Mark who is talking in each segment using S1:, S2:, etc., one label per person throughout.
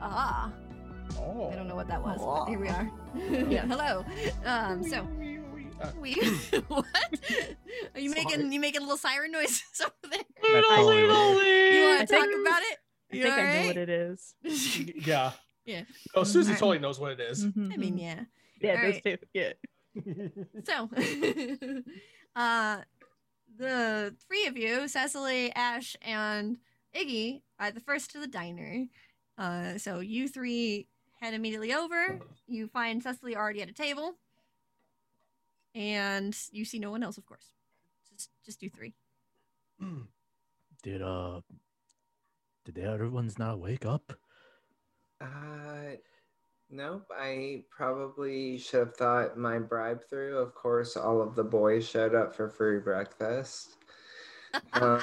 S1: Ah,
S2: Oh.
S1: Hello. Um, so
S2: Uh,
S1: we what? Are you making you making little siren noises over there?
S3: That's totally what
S1: You want to
S4: think-
S1: talk about it?
S4: I
S1: You
S4: think I know
S1: alright?
S4: what it is.
S2: Yeah.
S1: Yeah.
S2: No, Susie
S1: Alright.
S2: totally knows what it is.
S4: Mhm.
S1: I mean, yeah.
S4: yeah,
S1: all
S4: those
S1: right.
S4: two. Yeah.
S1: So, uh, the three of you, Cecily, Ash, and Iggy, are the first to the diner. Uh, so you three head immediately over. You find Cecily already at a table, and you see no one else, of course. Just, just you three.
S5: Did uh, did the other ones not wake up?
S6: Uh, nope. I probably should have thought my bribe through. Of course, all of the boys showed up for free breakfast. Uh,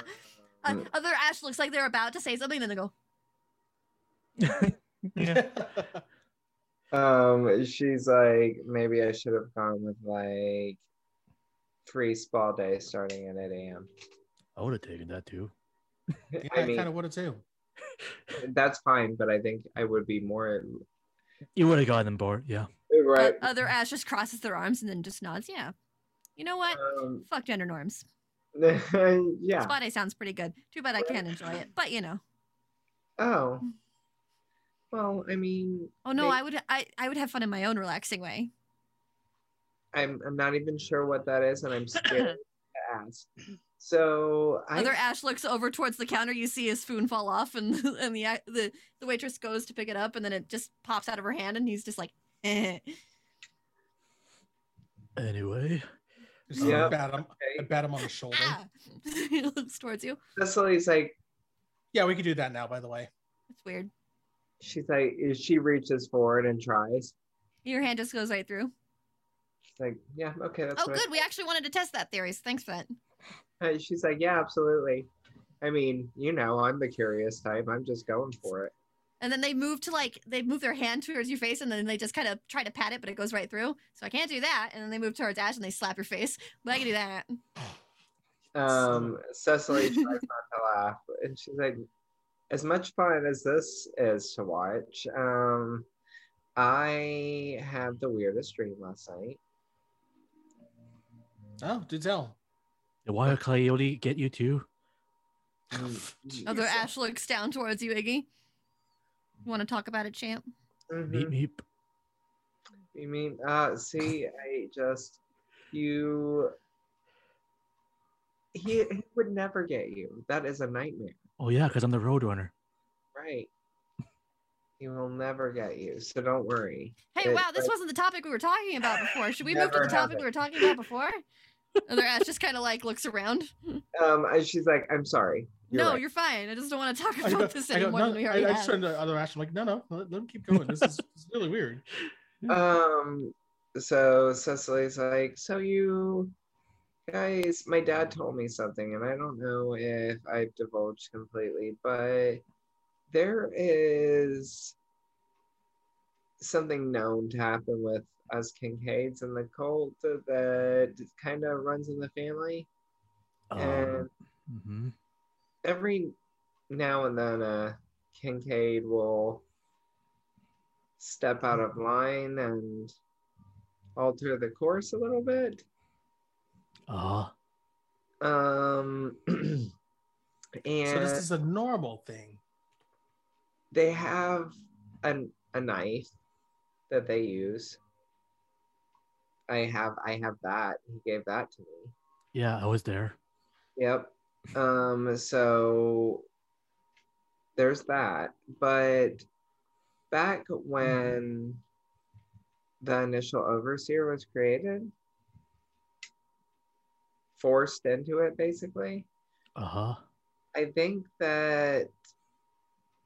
S1: Uh, other Ash looks like they're about to say something, then they go,
S2: Mm-hmm.
S6: um, she's like, maybe I should have gone with like free spa day starting at 8 a.m.
S5: I would have taken that too.
S2: yeah, I,
S6: I mean,
S2: kind of would have too.
S6: that's fine, but I think I would be more
S5: You would have gotten them bored. Yeah.
S1: "Uh,
S6: right.
S1: other Ash just crosses their arms and then just nods. Yeah. You know what?
S6: Um,
S1: Fuck gender norms.
S6: yeah.
S1: Spa day sounds pretty good. Too bad I can't enjoy it. But you know.
S6: Oh. Well, I mean,
S1: Oh no,
S6: May-
S1: I would I, I would have fun in my own relaxing way.
S6: I'm I'm not even sure what that is, and I'm scared to ask. So I
S1: Other Ash looks over towards the counter. You see his spoon fall off, and and the the, the waitress goes to pick it up, and then it just pops out of her hand, and he's just like, eh.
S5: Anyway,
S2: Just
S6: Yeah.
S2: bat him, I
S6: okay.
S2: bat him on the shoulder.
S1: ah. he looks towards you.
S6: Cecily's like
S2: Yeah, we could do that now. By the way,
S1: It's weird.
S6: she's like she reaches forward and tries.
S1: Your hand just goes right through.
S6: She's like, yeah, okay, that's
S1: Oh,
S6: what I-
S1: good. We actually wanted to test that theory. so Thanks for that.
S6: Uh, she's like, yeah, absolutely. I mean, you know, I'm the curious type. I'm just going for it.
S1: And then they move to like they move their hand towards your face, and then they just kind of try to pat it, but it goes right through. So I can't do that. And then they move towards Ash, and they slap your face. But I can do that.
S6: Um, Cecily tries not to laugh, and she's like, as much fun as this is to watch, um, I had the weirdest dream last night.
S2: oh, do tell.
S5: did Wild Coyote get you too?
S1: Other Ash looks down towards you, Iggy. You want to talk about it, champ?
S6: Mhm.
S5: Meep meep.
S6: You mean, uh, see, I just, you, he, he would never get you. That is a nightmare,
S5: Oh yeah, because I'm the Roadrunner.
S6: right? He will never get you, so don't worry.
S1: Hey,
S6: It-
S1: wow, this
S6: like,
S1: wasn't the topic we were talking about before. Should we move to
S6: Never
S1: the topic
S6: happened.
S1: we were talking about before? Other Ash just kind of like looks around.
S6: Um, and she's like, I'm sorry. You're
S1: no,
S6: right."
S1: you're fine. I just don't want to talk
S2: I
S1: about
S2: go,
S1: this
S2: I go,
S1: anymore
S2: no,
S1: than we
S2: I-
S1: already
S2: I
S1: have.
S2: just turned to other Ash. I'm like, no, no, let, let him keep going. This is, this is really weird.
S6: Um, so Cecily's like, so you guys, my dad told me something, and I don't know if I've divulged completely, but there is something known to happen with us Kincaids and the cult that kind of runs in the family.
S5: Um, mhm.
S6: every now and then uh Kincaid will step out of line and alter the course a little bit.
S5: Ah,
S6: Um and
S2: So this is a normal thing.
S6: they have an a knife that they use. I have I have that. He gave that to me.
S5: yeah, I was there.
S6: Yep. Um, so there's that. But back when the initial overseer was created, forced into it basically,
S5: Uh huh.
S6: I think that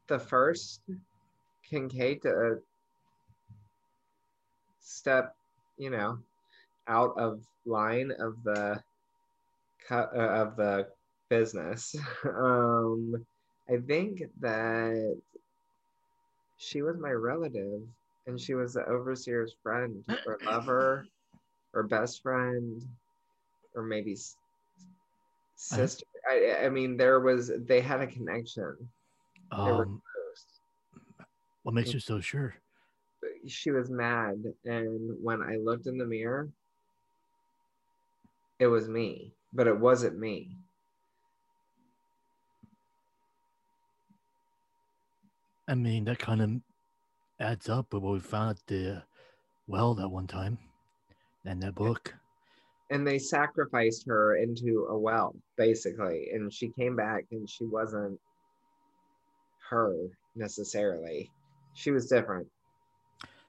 S6: the first Kincaid to uh, step, you know, out of line of the co- uh, of the business. um, I think that she was my relative, and she was the overseer's friend or lover or best friend or maybe s-
S5: Uh-huh.
S6: sister. I, I mean, there was they had a connection. They were
S5: Um,
S6: close.
S5: what makes you so sure?
S6: But she was mad, and when I looked in the mirror, it was me, but it wasn't me.
S5: I mean, that kind of adds up with what we found at the well that one time and that book.
S6: And they sacrificed her into a well, basically, and she came back, and she wasn't her necessarily. She was different.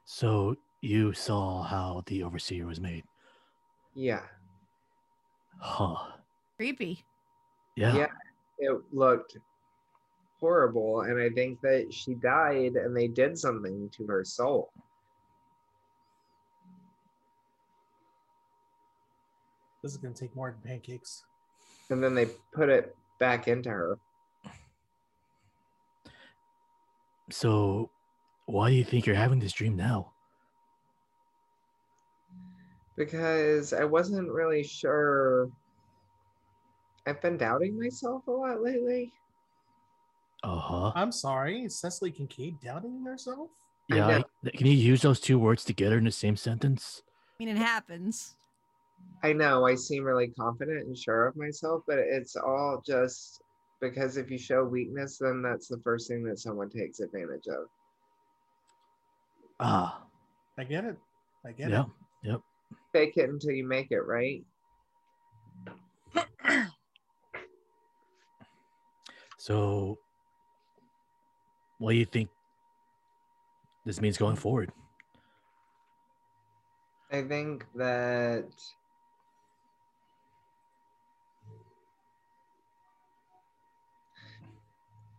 S5: So you saw how the overseer was made.
S6: Yeah.
S5: Huh.
S1: Creepy.
S5: Yeah.
S6: Yeah. it looked horrible and i think that she died and they did something to her soul
S2: This is gonna take more than pancakes.
S6: and then they put it back into her
S5: So why do you think you're having this dream now?
S6: because i wasn't really sure i've been doubting myself a lot lately
S5: Uh huh.
S2: I'm sorry, Cecily Kincaid doubting herself?
S6: I
S5: Yeah.
S6: know.
S5: I- can you use those two words together in the same sentence?
S1: I mean, it happens.
S6: i know i seem really confident and sure of myself but it's all just because if you show weakness then that's the first thing that someone takes advantage of
S5: Ah.
S2: I get it. I get
S5: Yeah.
S2: it.
S6: fake it until you make it right
S5: So what do you think this means going forward?
S6: I think that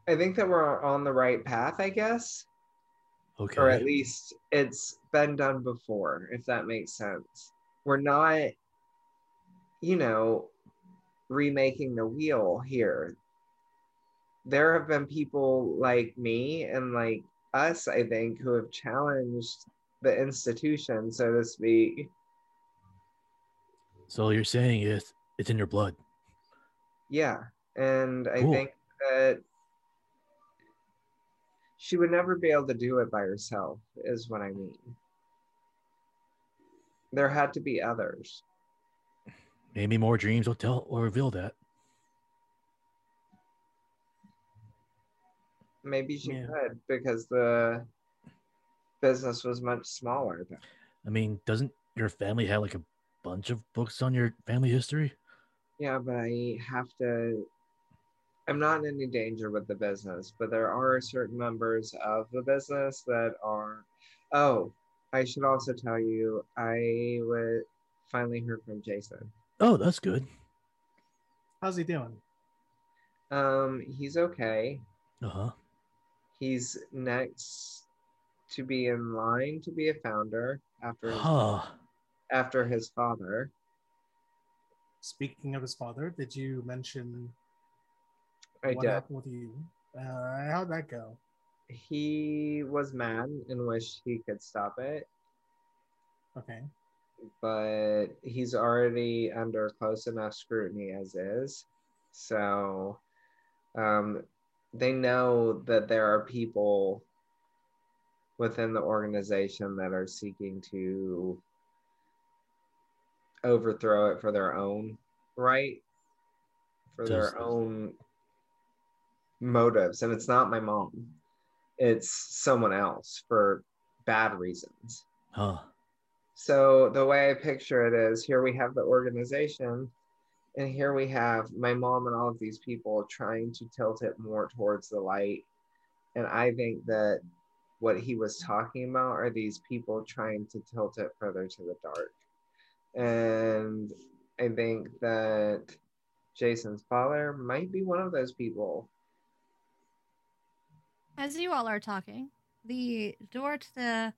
S6: I think that we're on the right path, I guess,
S5: Okay.
S6: or at least it's been done before, if that makes sense. We're not, you know, remaking the wheel here. There have been people like me and like us, I think, who have challenged the institution, so to speak.
S5: So you're saying it's it's in your blood.
S6: Yeah. And I
S5: Cool.
S6: think that she would never be able to do it by herself, is what I mean. There had to be others.
S5: Maybe more dreams will tell or reveal that.
S6: Maybe she
S2: Yeah.
S6: could because the business was much smaller. Then.
S5: I mean, doesn't your family have like a bunch of books on your family history?
S6: Yeah, but I have to. I'm not in any danger with the business, but there are certain members of the business that are. Oh, I should also tell you, I would finally heard from Jason.
S5: Oh, that's good.
S2: How's he doing?
S6: Um, he's okay.
S5: Uh huh.
S6: He's next to be in line to be a founder after his,
S5: Huh.
S6: after his father.
S2: Speaking of his father, did you mention
S6: I
S2: what
S6: did.
S2: happened with you? Uh, how'd that go?
S6: He was mad and wished he could stop it.
S2: Okay.
S6: but he's already under close enough scrutiny as is. So um, they know that there are people within the organization that are seeking to overthrow it for their own right, for
S5: Does-
S6: their own motives. And it's not my mom, it's someone else for bad reasons.
S5: Huh.
S6: So the way I picture it is here we have the organization, and here we have my mom and all of these people trying to tilt it more towards the light. And I think that what he was talking about are these people trying to tilt it further to the dark. And I think that Jason's father might be one of those people.
S1: As you all are talking, the door to the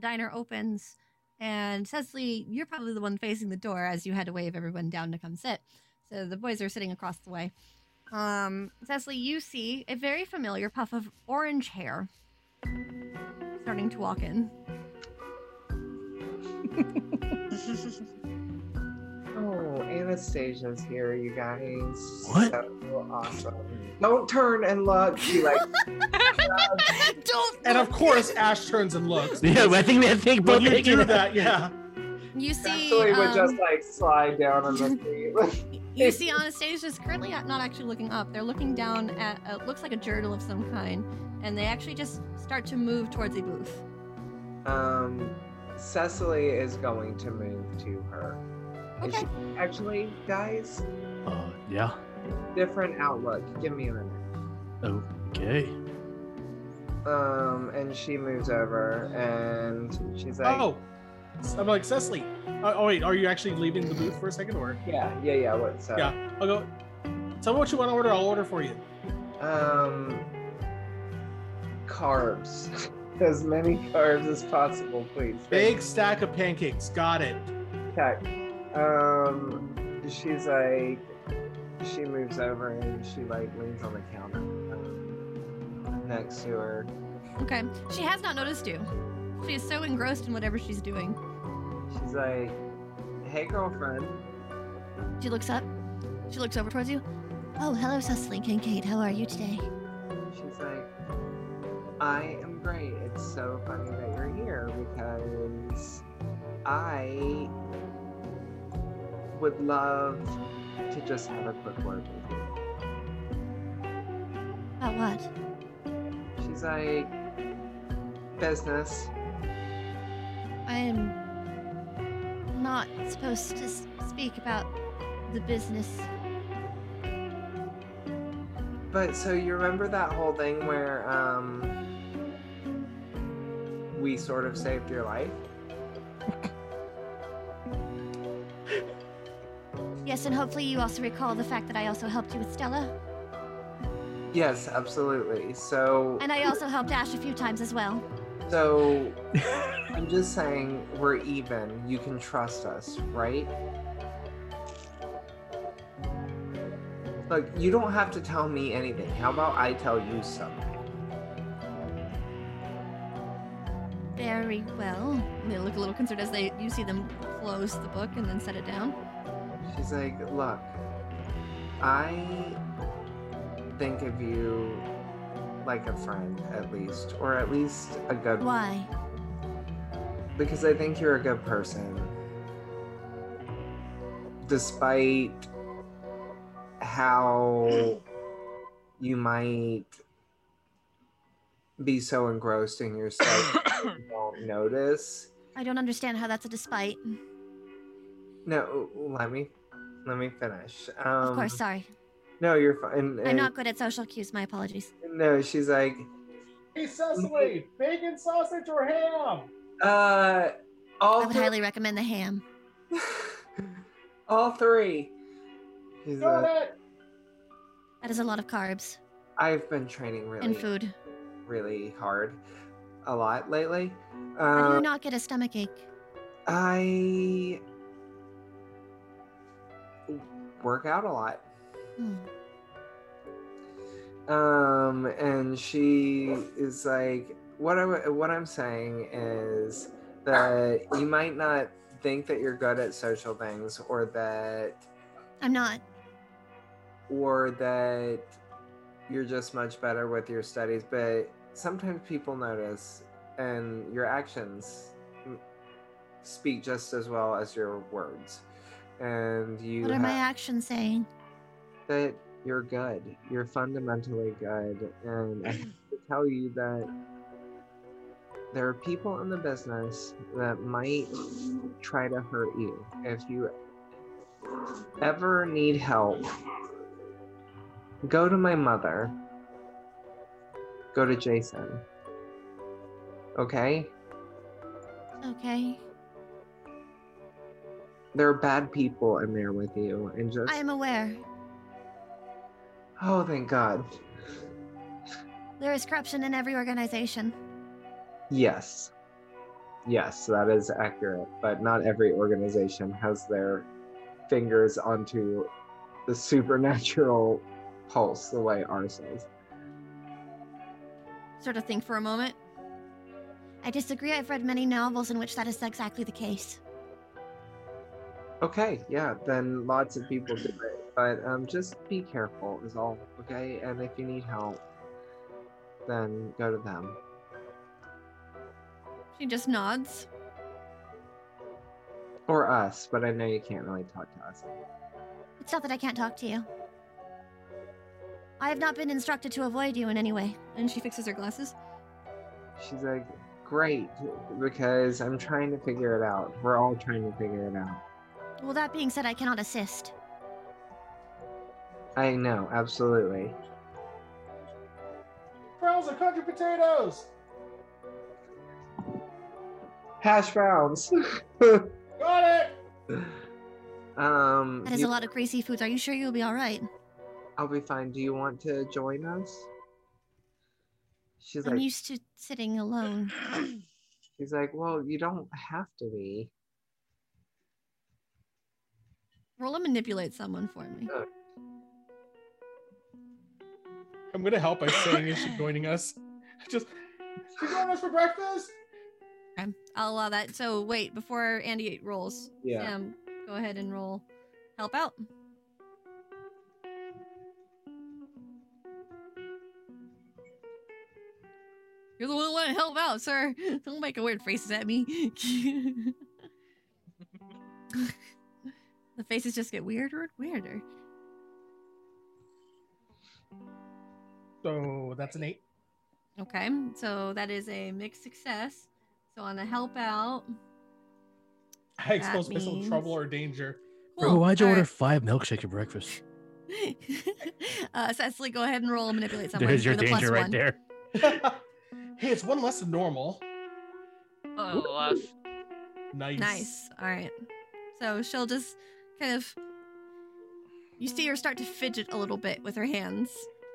S1: diner opens, and Cecily, you're probably the one facing the door as you had to wave everyone down to come sit. So the boys are sitting across the way. Um, Cecily, you see a very familiar puff of orange hair starting to walk in.
S6: Oh, Anna Anastasia's here, you guys.
S5: What?
S6: So awesome. Don't turn and look. She like
S1: Don't.
S2: And of
S1: look.
S2: course, Ash turns and looks.
S5: Yeah, I think we I think
S2: When
S5: both
S2: you
S5: think
S2: do
S5: it-
S2: that, yeah.
S1: you see,
S6: actually would
S1: um,
S6: just like slide down on the seat.
S1: you see, Anastasia's currently not not actually looking up. They're looking down at uh, looks like a journal of some kind, and they actually just start to move towards a booth.
S6: um, Cecily is going to move to her. Is
S1: Okay.
S6: she- actually, guys,
S5: Uh, yeah.
S6: different outlook. Give me a minute.
S5: Okay.
S6: Um, and she moves over and she's like,
S2: Oh, I'm like Cecily. Uh, oh wait, are you actually leaving the booth for a second, or
S6: yeah, yeah, yeah. What's up?
S2: Yeah. I'll go. Tell me what you want to order. I'll order for you.
S6: Um, carbs. as many carbs as possible, please.
S2: Big stack of pancakes. Got it.
S6: tech. Um, she's like, she moves over and she like leans on the counter um, next to her.
S1: Okay. She has not noticed you. She is so engrossed in whatever she's doing.
S6: She's like, "Hey, girlfriend."
S1: She looks up. She looks over towards you. Oh, hello, Cecily Kincaid. How are you today?
S6: She's like, "I am great. It's so funny that you're here because I would love to just have a quick word with you."
S1: About what?
S6: She's like, "Business."
S1: I am not supposed to s- speak about the business.
S6: But so you remember that whole thing where um we sort of saved your life?
S1: Yes, and hopefully you also recall the fact that I also helped you with Stella,
S6: Yes, absolutely. So
S1: and I also helped Ash a few times as well.
S6: so I'm just saying we're even. You can trust us, right? Look, you don't have to tell me anything. How about I tell you something?
S1: Very well. And they look a little concerned as they you see them close the book and then set it down.
S6: She's like, look, I think of you like a friend, at least, or at least a good one,
S1: Why?
S6: because I think you're a good person. Despite how you might be so engrossed in yourself, you don't notice.
S1: I don't understand how that's a despite.
S6: No, let me let me finish. Um,
S1: of course, sorry.
S6: No, you're fine.
S1: I'm not good at social cues. My apologies.
S6: No, she's like,
S2: Hey Cecily, bacon sausage or ham?
S6: uh,
S1: I
S6: all
S1: would
S6: three.
S1: highly recommend the ham.
S6: all three. She's like,
S2: it.
S1: That is a lot of carbs
S6: I've been training
S1: and
S6: really,
S1: food.
S6: really hard, a lot lately.
S1: How do you
S6: Um,
S1: not get a stomach ache?
S6: I work out a lot.
S1: Hmm.
S6: um and she is like what i what i'm saying is that you might not think that you're good at social things or that
S1: I'm not.
S6: or that you're just much better with your studies but sometimes people notice and your actions m- speak just as well as your words and you
S1: What are my
S6: have-
S1: actions saying?
S6: that you're good. You're fundamentally good. And I have to tell you that there are people in the business that might try to hurt you. If you ever need help, go to my mother, go to Jason. Okay?
S1: Okay.
S6: There are bad people in there with you. And just,
S1: I am aware.
S6: oh, thank God.
S1: There is corruption in every organization.
S6: Yes. Yes, that is accurate, but not every organization has their fingers onto the supernatural pulse the way ours is.
S1: Sort of think for a moment. I disagree. I've read many novels in which that is exactly the case.
S6: Okay, yeah, then lots of people do it. But um, just be careful, is all, okay? And if you need help, then go to them.
S1: She just nods.
S6: Or us, but I know you can't really talk to us.
S1: It's not that I can't talk to you. I have not been instructed to avoid you in any way. And she fixes her glasses.
S6: She's like, great, because I'm trying to figure it out. We're all trying to figure it out.
S1: Well, that being said, I cannot assist.
S6: I know, absolutely.
S2: Browns are country potatoes.
S6: Hash browns.
S2: Got it.
S6: um,
S1: That is
S6: you-
S1: a lot of crazy foods. Are you sure you'll be all right?
S6: I'll be fine. Do you want to join us? She's
S1: I'm
S6: like,
S1: used to sitting alone.
S6: she's like, well, you don't have to be.
S1: Roll and manipulate someone for me.
S2: I'm gonna help by saying is she joining us? Just she joining us for breakfast?
S1: Okay. I'll allow that. So wait, before Andy rolls,
S6: Yeah.
S1: Sam, go ahead and roll. Help out. You're the one that help out, sir. Don't make weird faces at me. the faces just get weirder and weirder.
S2: So that's an eight.
S1: Okay, so that is a mixed success. So on the help out,
S2: I expose myself to
S1: means-
S2: trouble or danger.
S5: Bro, why'd you
S1: all
S5: order
S1: right.
S5: five milkshakes for breakfast?
S1: uh, Cecily, go ahead and roll and manipulate someone.
S5: There's your
S1: for the plus
S5: danger right
S1: one.
S5: there.
S2: hey, it's one less than normal.
S3: Oh, uh,
S2: Nice.
S1: Nice. All right. So she'll just kind of. You see her start to fidget a little bit with her hands,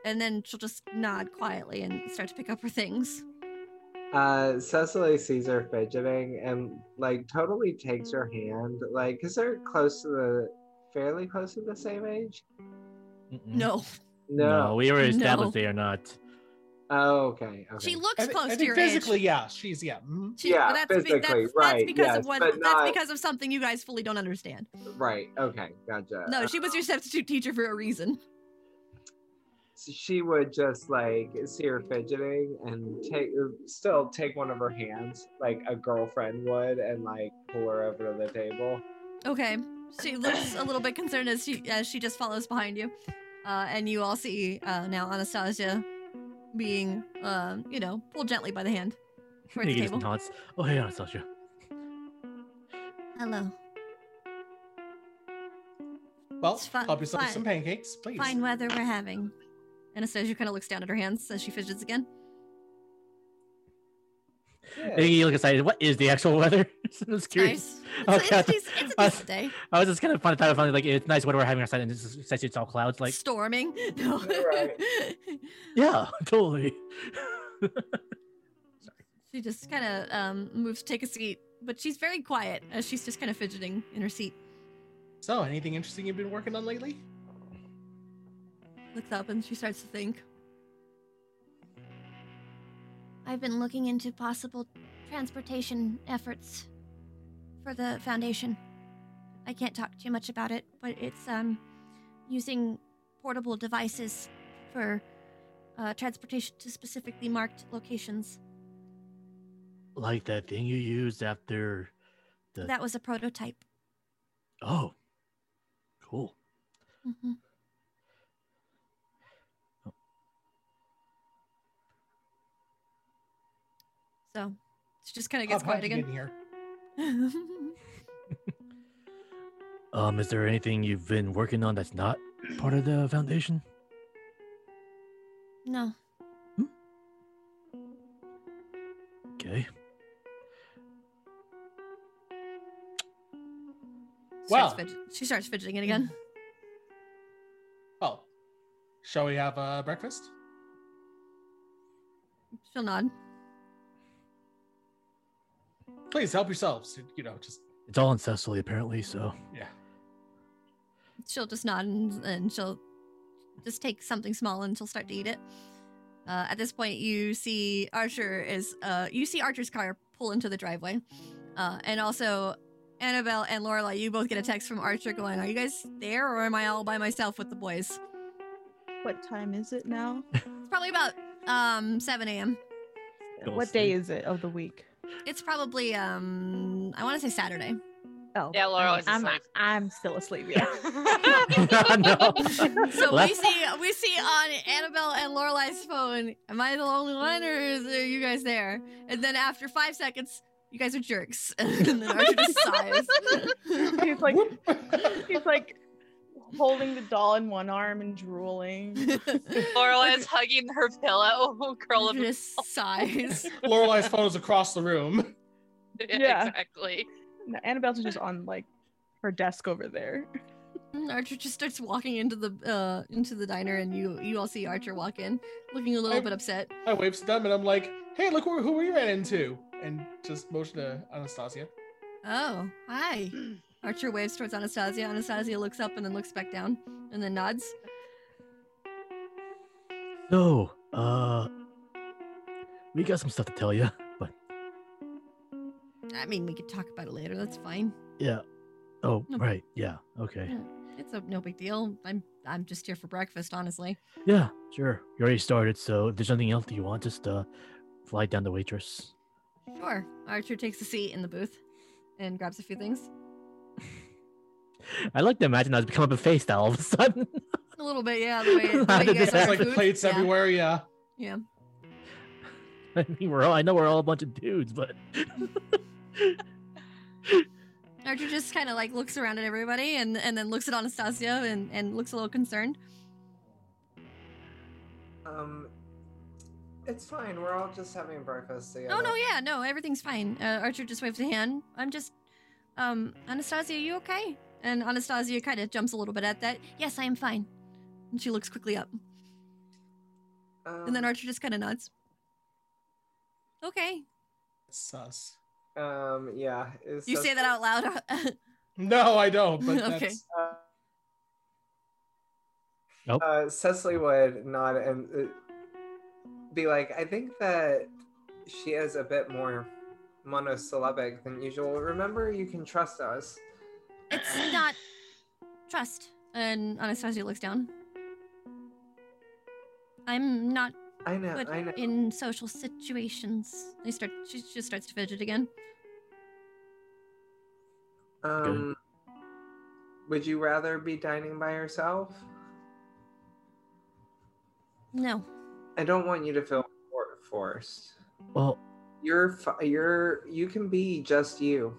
S1: and then she'll just nod quietly and start to pick up her things.
S6: Uh, Cecily sees her fidgeting and like totally takes her hand, like, cause they're close to the, fairly close to the same age.
S5: Mm-hmm.
S1: No,
S5: no,
S6: No.
S5: we already
S1: No.
S5: established they are not.
S6: Oh, okay. Okay.
S1: she looks
S2: I thi- I
S1: close to
S2: think
S1: your
S2: physically,
S1: age.
S2: yeah, she's yeah. mhm.
S1: She, but
S6: Yeah,
S1: that's, be- that's,
S6: physically,
S1: that's
S6: right,
S1: because
S6: yes,
S1: of what.
S6: but
S1: That's
S6: not- Uh,
S1: because of something you guys fully don't understand.
S6: Right. Okay. Gotcha.
S1: No, she
S6: uh,
S1: was your substitute teacher for a reason.
S6: So she would just like see her fidgeting and take still take one of her hands like a girlfriend would and like pull her over to the table
S1: Okay. She looks a little bit concerned as she as she just follows behind you, uh, and you all see uh, now Anastasia being, um, you know, pulled gently by the hand towards the
S5: Nikki just
S1: table.
S5: nods. Oh, hey, Anastasia.
S1: Hello.
S2: Well,
S1: It's fi-
S2: help yourself
S1: fine.
S2: to some pancakes, please.
S1: Fine weather we're having. Anastasia kind of looks down at her hands as she fidgets again.
S6: Yeah.
S5: Nikki, you look excited. What is the actual weather? I was curious.
S1: Nice.
S5: Oh,
S1: It's,
S5: God.
S1: it's, it's, it's a
S5: I-
S1: decent day.
S5: I was just kind of fun to find like it's nice weather we're having outside, and it's just it's all clouds. Like,
S1: Storming. No.
S6: You're right.
S5: yeah, totally.
S1: she just kind of um, moves to take a seat, but she's very quiet as she's just kind of fidgeting in her seat.
S2: So, anything interesting you've been working on lately?
S1: looks up and she starts to think. I've been looking into possible transportation efforts for the foundation. I can't talk too much about it, but it's um using portable devices for uh, transportation to specifically marked locations.
S5: like that thing you used after the
S1: That was a prototype.
S5: oh, cool.
S1: Mhm. So, she just kind of gets
S2: Hop, how'd
S1: quiet
S2: Oh, you
S1: again.
S2: get in here?
S5: Um, is there anything you've been working on that's not part of the foundation?
S1: no.
S5: Okay.
S2: Well. Mm-hmm.
S1: starts fidget- she starts fidgeting it again.
S2: Well, shall we have uh, breakfast?
S1: She'll nod.
S2: Please help yourselves. You know, just
S5: It's all in Cecily apparently, so
S2: yeah.
S1: She'll just nod and, and she'll just take something small and she'll start to eat it. Uh, at this point, you see Archer is uh, you see Archer's car pull into the driveway, uh, and also Annabelle and Lorelai, you both get a text from Archer going, Are you guys there or am I all by myself with the boys?
S4: What time is it now?
S1: It's probably about um 7 a.m.
S5: Go
S4: what day
S5: sleep.
S4: is it of the week?
S1: It's probably um I want to say Saturday.
S4: Oh,
S3: Yeah, Laura was
S4: I'm
S3: asleep.
S4: I'm still asleep. Yeah.
S5: no.
S1: So we
S5: Let's-
S1: see we see on Annabelle and Lorelai's phone, am I the only one or is are you guys there? And then after five seconds, you guys are jerks. and then Archer just sighs.
S4: he's like
S2: Whoop.
S4: he's like holding the doll in one arm and drooling.
S3: Laurel is hugging her pillow, curl
S1: Archer
S3: of
S1: just sighs.
S2: Lorelai's phone is across the room.
S4: Yeah.
S3: exactly.
S4: No, Annabelle's just on like her desk over there.
S1: And Archer just starts walking into the uh into the diner, and you you all see Archer walk in, looking a little
S2: I-
S1: bit upset.
S2: I waves to them and I'm like, hey, look who, who we ran into. And just motion to Anastasia.
S1: Oh, hi. Archer waves towards Anastasia. Anastasia looks up and then looks back down, and then nods.
S5: So, uh, we got some stuff to tell you, but
S1: I mean, we could talk about it later. That's fine.
S5: yeah. Oh,
S1: No.
S5: right. Yeah. Okay.
S1: It's a, no big deal. I'm I'm just here for breakfast, honestly.
S5: Yeah. Sure. You already started, so if there's anything else that you want, just uh, fly down the waitress.
S1: Sure. Archer takes a seat in the booth, and grabs a few things.
S5: I like to imagine I was becoming a face now all of a sudden.
S1: A little bit, yeah. The way, the
S5: How
S1: way you guys
S5: did this
S1: order
S2: There's like
S1: food.
S2: plates
S1: yeah.
S2: everywhere. Yeah.
S5: I mean, we're all, I know we're all a bunch of dudes, but
S1: Archer just kind of like looks around at everybody, and and then looks at Anastasia, and and looks a little concerned.
S6: Um, it's fine. We're all just having breakfast together.
S1: Oh no, yeah, no, everything's fine. Uh, Archer just waves a hand. I'm just, um, Anastasia, you okay? And Anastasia kind of jumps a little bit at that. Yes, I am fine. And she looks quickly up,
S6: Um,
S1: and then Archer just kind of nods. Okay,
S2: Sus.
S6: Um, yeah. it's
S1: you
S6: just-
S1: say that out loud.
S2: No, I don't. But
S1: Okay.
S2: that's
S6: Uh,
S5: Nope.
S6: Uh, Cecily would nod and uh, be like, I think that she is a bit more monosyllabic than usual. Remember, you can trust us.
S1: it's not trust. And Anastasia looks down. I'm not
S6: I know,
S1: good
S6: I know.
S1: in social situations. They start. She just starts to fidget again.
S6: Um, would you rather be dining by yourself?
S1: No,
S6: I don't want you to feel for- forced.
S5: well,
S6: You're, fi- you're, you can be just you.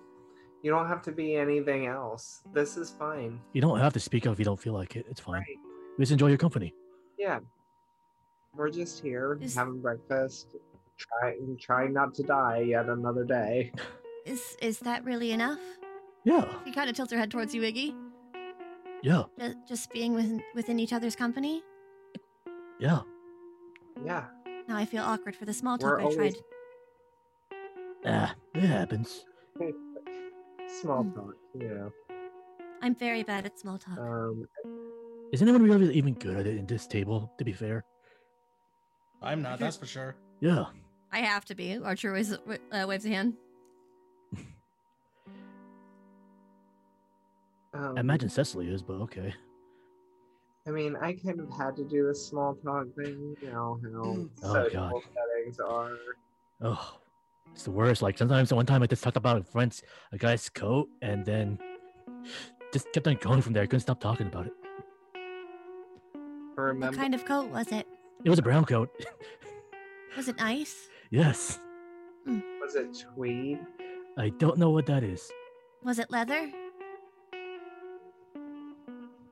S6: You don't have to be anything else. This is fine.
S5: you don't have to speak up if you don't feel like it. It's fine.
S6: Right.
S5: We just enjoy your company.
S6: Yeah. We're just here
S1: Is-
S6: having breakfast, try and trying not to die yet another day.
S1: is is that really enough?
S5: Yeah.
S1: She kind of tilts her head towards you, Iggy.
S5: Yeah.
S1: Ju- Just being within, within each other's company.
S5: Yeah.
S6: Yeah.
S1: Now I feel awkward for the small talk
S6: We're
S1: I
S6: always-
S1: tried.
S5: Ah, it happens.
S6: Small
S1: Mm.
S6: talk, you
S1: I'm very bad at small talk.
S6: know. Um,
S5: Is anyone really even good at it in this table? To be fair.
S2: I'm not. That's for sure.
S5: Yeah.
S1: I have to be. Archer waves, uh, waves a hand.
S6: um,
S5: I imagine Cecily is, but okay.
S6: I mean, I kind of had to do this small talk thing. You know how
S5: Oh,
S6: social
S5: God.
S6: settings are.
S5: Oh, it's the worst. Like sometimes, one time I just talked about in French a guy's coat, and then just kept on going from there. I couldn't stop talking about it.
S1: What
S6: Remember?
S1: kind of coat was it?
S5: It was a brown coat.
S1: Was it nice?
S5: yes,
S6: Was it tweed?
S5: I don't know what that is.
S1: Was it leather?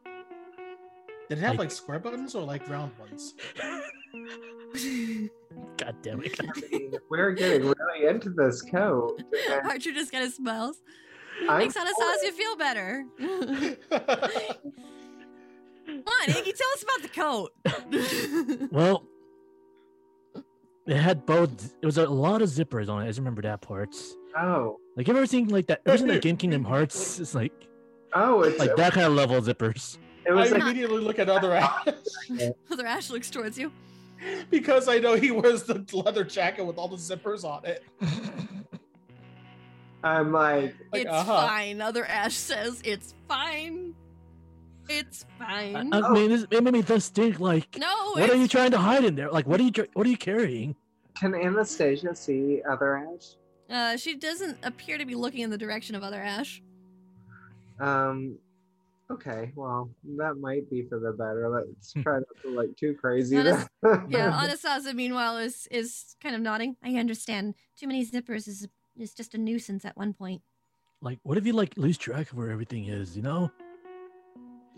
S2: Did it have
S5: I-
S2: like square buttons or like round ones?
S5: God damn it!
S6: I mean, We're getting really into this coat. and
S1: Archer just kind of smiles.
S6: I'm
S1: Makes
S6: for
S1: Anastasia feel better. Come on, Iggy, tell us about the coat.
S5: Well, it had both. It was a lot of zippers on it. I just remember that part.
S6: it. Oh,
S5: Like you ever seen like that? Ever seen the Game Kingdom Hearts? It's like
S6: oh, it's,
S5: like that kind of level zippers.
S6: it
S2: I
S6: was like
S2: immediately look at other Ash
S1: Other Ash looks towards you.
S2: because I know he wears the leather jacket with all the zippers on it.
S6: I'm like,
S2: Like,
S1: it's
S2: uh-huh.
S1: fine. Other Ash says it's fine. It's
S5: I,
S1: fine.
S5: I mean, this, it made me just think like,
S1: no,
S5: Uh, what are you
S1: it's-
S5: trying to hide in there? Like, what are you, tr- what are you carrying?
S6: can Anastasia see other Ash?
S1: Uh, she doesn't appear to be looking in the direction of Other Ash.
S6: Um, okay, well, that might be for the better. Let's
S5: Hmm.
S6: try not to look too crazy.
S1: Honest-
S6: then.
S1: Yeah, Anastasia, meanwhile, is is kind of nodding. I understand. Too many zippers is is just a nuisance at one point.
S5: Like, what if you like lose track of where everything is? You know?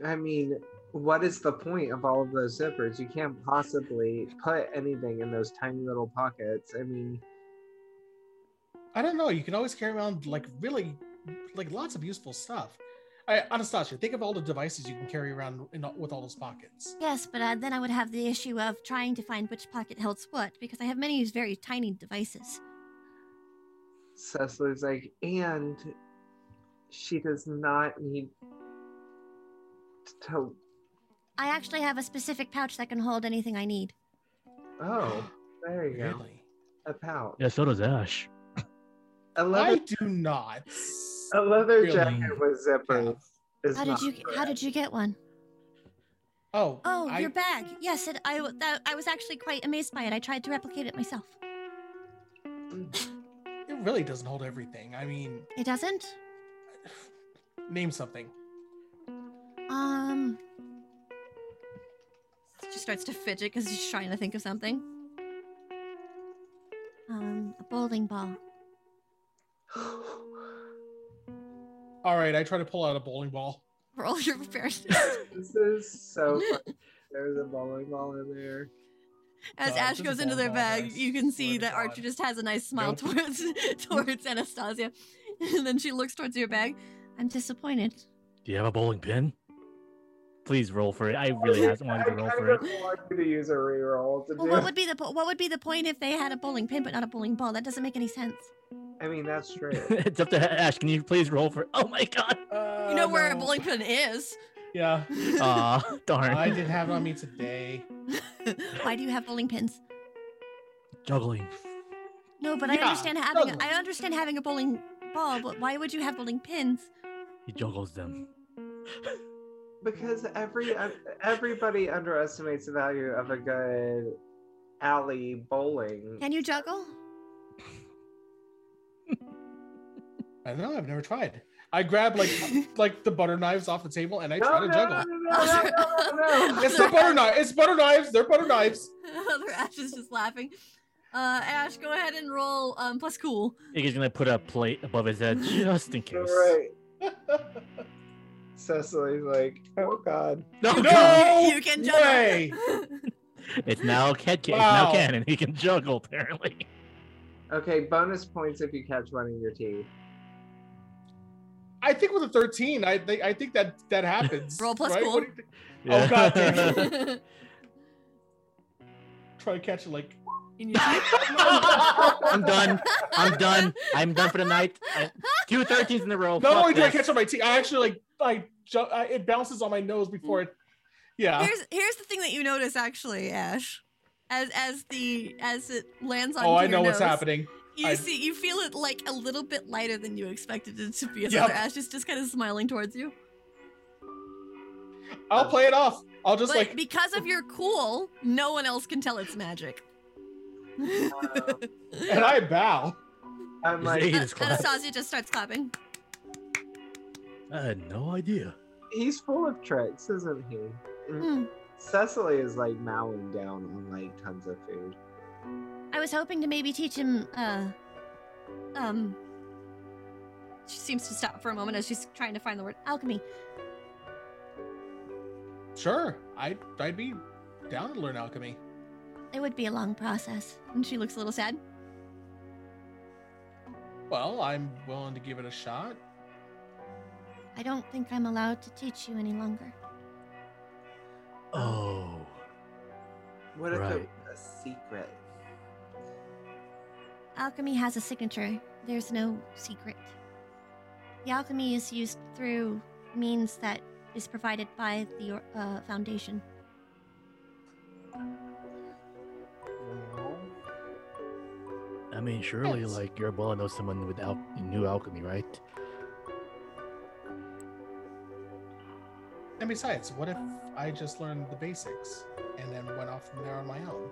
S6: I mean, what is the point of all of those zippers? You can't possibly put anything in those tiny little pockets. I mean,
S2: I don't know. You can always carry around like really, like lots of useful stuff. I, Anastasia, think of all the devices you can carry around in, with all those pockets.
S1: Yes, but uh, then I would have the issue of trying to find which pocket holds what because I have many very tiny devices.
S6: Cecily's like, and she does not need to.
S1: I actually have a specific pouch that can hold anything I need.
S6: Oh, there you go.
S2: Really?
S6: A pouch.
S5: Yeah, so does Ash.
S6: A
S2: I
S6: leather,
S2: do not.
S6: a leather
S2: really
S6: jacket with zippers.
S2: have-
S6: is
S1: How did
S6: not
S1: you How did you get one?
S2: Oh,
S1: Oh,
S2: I,
S1: your bag. Yes, it, I w- that, I was actually quite amazed by it. I tried to replicate it myself.
S2: it really doesn't hold everything. I mean,
S1: It doesn't.
S2: name something.
S1: Um. She starts to fidget because she's trying to think of something. Um, a bowling ball.
S2: All right, I try to pull out a bowling ball.
S1: Roll your preparedness.
S6: This is so fun. There's a bowling ball in there.
S1: As
S2: God,
S1: Ash
S2: this is
S1: goes into
S2: all
S1: their
S2: my
S1: bag,
S2: dice.
S1: you can
S2: Swear
S1: see
S2: to
S1: that Archer
S2: God.
S1: just has a nice smile
S2: Nope.
S1: towards towards Anastasia, and then she looks towards your bag. I'm disappointed.
S5: Do you have a bowling pin? Please roll for it. I really haven't wanted to roll
S6: kind
S5: for it.
S6: of want you to use a reroll to
S1: Well,
S6: do.
S1: what would be the po- what would be the point if they had a bowling pin but not a bowling ball? That doesn't make any sense.
S6: I mean, that's true.
S5: it's up to Ash. Can you please roll for? Oh my god!
S2: Uh,
S1: you know where a
S2: no.
S1: bowling pin is.
S2: Yeah,
S5: Aw, darn.
S2: I didn't have it on me today.
S1: Why do you have bowling pins?
S5: Juggling.
S1: No, but I
S2: Yeah,
S1: understand having a,
S2: juggling.
S1: I understand having a bowling ball, but why would you have bowling pins?
S5: He juggles them.
S6: Because every everybody underestimates the value of a good alley bowling.
S1: Can you juggle?
S2: I don't know. I've never tried. I grab like like the butter knives off the table and I try to juggle.
S6: no, no, no, no, no, no.
S2: It's the butter knife. It's butter knives. They're butter knives.
S1: Other Ash is just laughing. Uh, Ash, go ahead and roll um, plus cool.
S5: Iggy's gonna put a plate above his head just in
S6: You're
S5: case.
S6: right. Cecily's like, oh god.
S5: No, God.
S2: No
S1: you can juggle.
S2: way.
S5: It's now can it's now
S2: Wow.
S5: canon. He can juggle apparently.
S6: Okay, bonus points if you catch one in your teeth.
S2: I think with a thirteen, I think I think that that happens.
S1: Roll plus
S2: right?
S1: cool.
S2: What do you think? Oh, God damn Try to catch it like.
S1: In your teeth.
S5: I'm done. I'm done. I'm done for the night. I, two 13s in a row.
S2: Not
S5: Fuck
S2: only do I
S5: this.
S2: catch it on my teeth, I actually like I ju- I, it bounces on my nose before it. Yeah.
S1: Here's here's the thing that you notice actually, Ash, as as the as it lands on.
S2: Oh, I
S1: your
S2: know what's
S1: nose,
S2: happening.
S1: You
S2: I-
S1: see, you feel it like a little bit lighter than you expected it to be. As
S2: Yep.
S1: other Ash is just kind of smiling towards you,
S2: I'll play it off. I'll just
S1: but
S2: like
S1: because of your cool, no one else can tell it's magic.
S6: Um,
S2: and I bow.
S6: I'm
S5: Is
S6: like,
S5: Iggy this class?
S1: Uh, Anastasia just starts clapping.
S5: I had no idea.
S6: he's full of tricks, isn't he? And
S1: Hmm.
S6: Cecily is like mowing down on like tons of food.
S1: I was hoping to maybe teach him, uh, um. She seems to stop for a moment as she's trying to find the word alchemy.
S2: Sure, I I'd be down to learn alchemy.
S1: It would be a long process. And she looks a little sad.
S2: Well, I'm willing to give it a shot.
S1: I don't think I'm allowed to teach you any longer.
S5: Oh,
S6: What if it
S5: Right.
S6: was a secret?
S1: Alchemy has a signature. There's no secret. The alchemy is used through means that is provided by the uh, foundation.
S6: Well,
S5: I mean, surely,
S1: Yes.
S5: like Garibaldi knows someone with al- new alchemy, right?
S2: And besides, what if I just learned the basics and then went off from there on my own?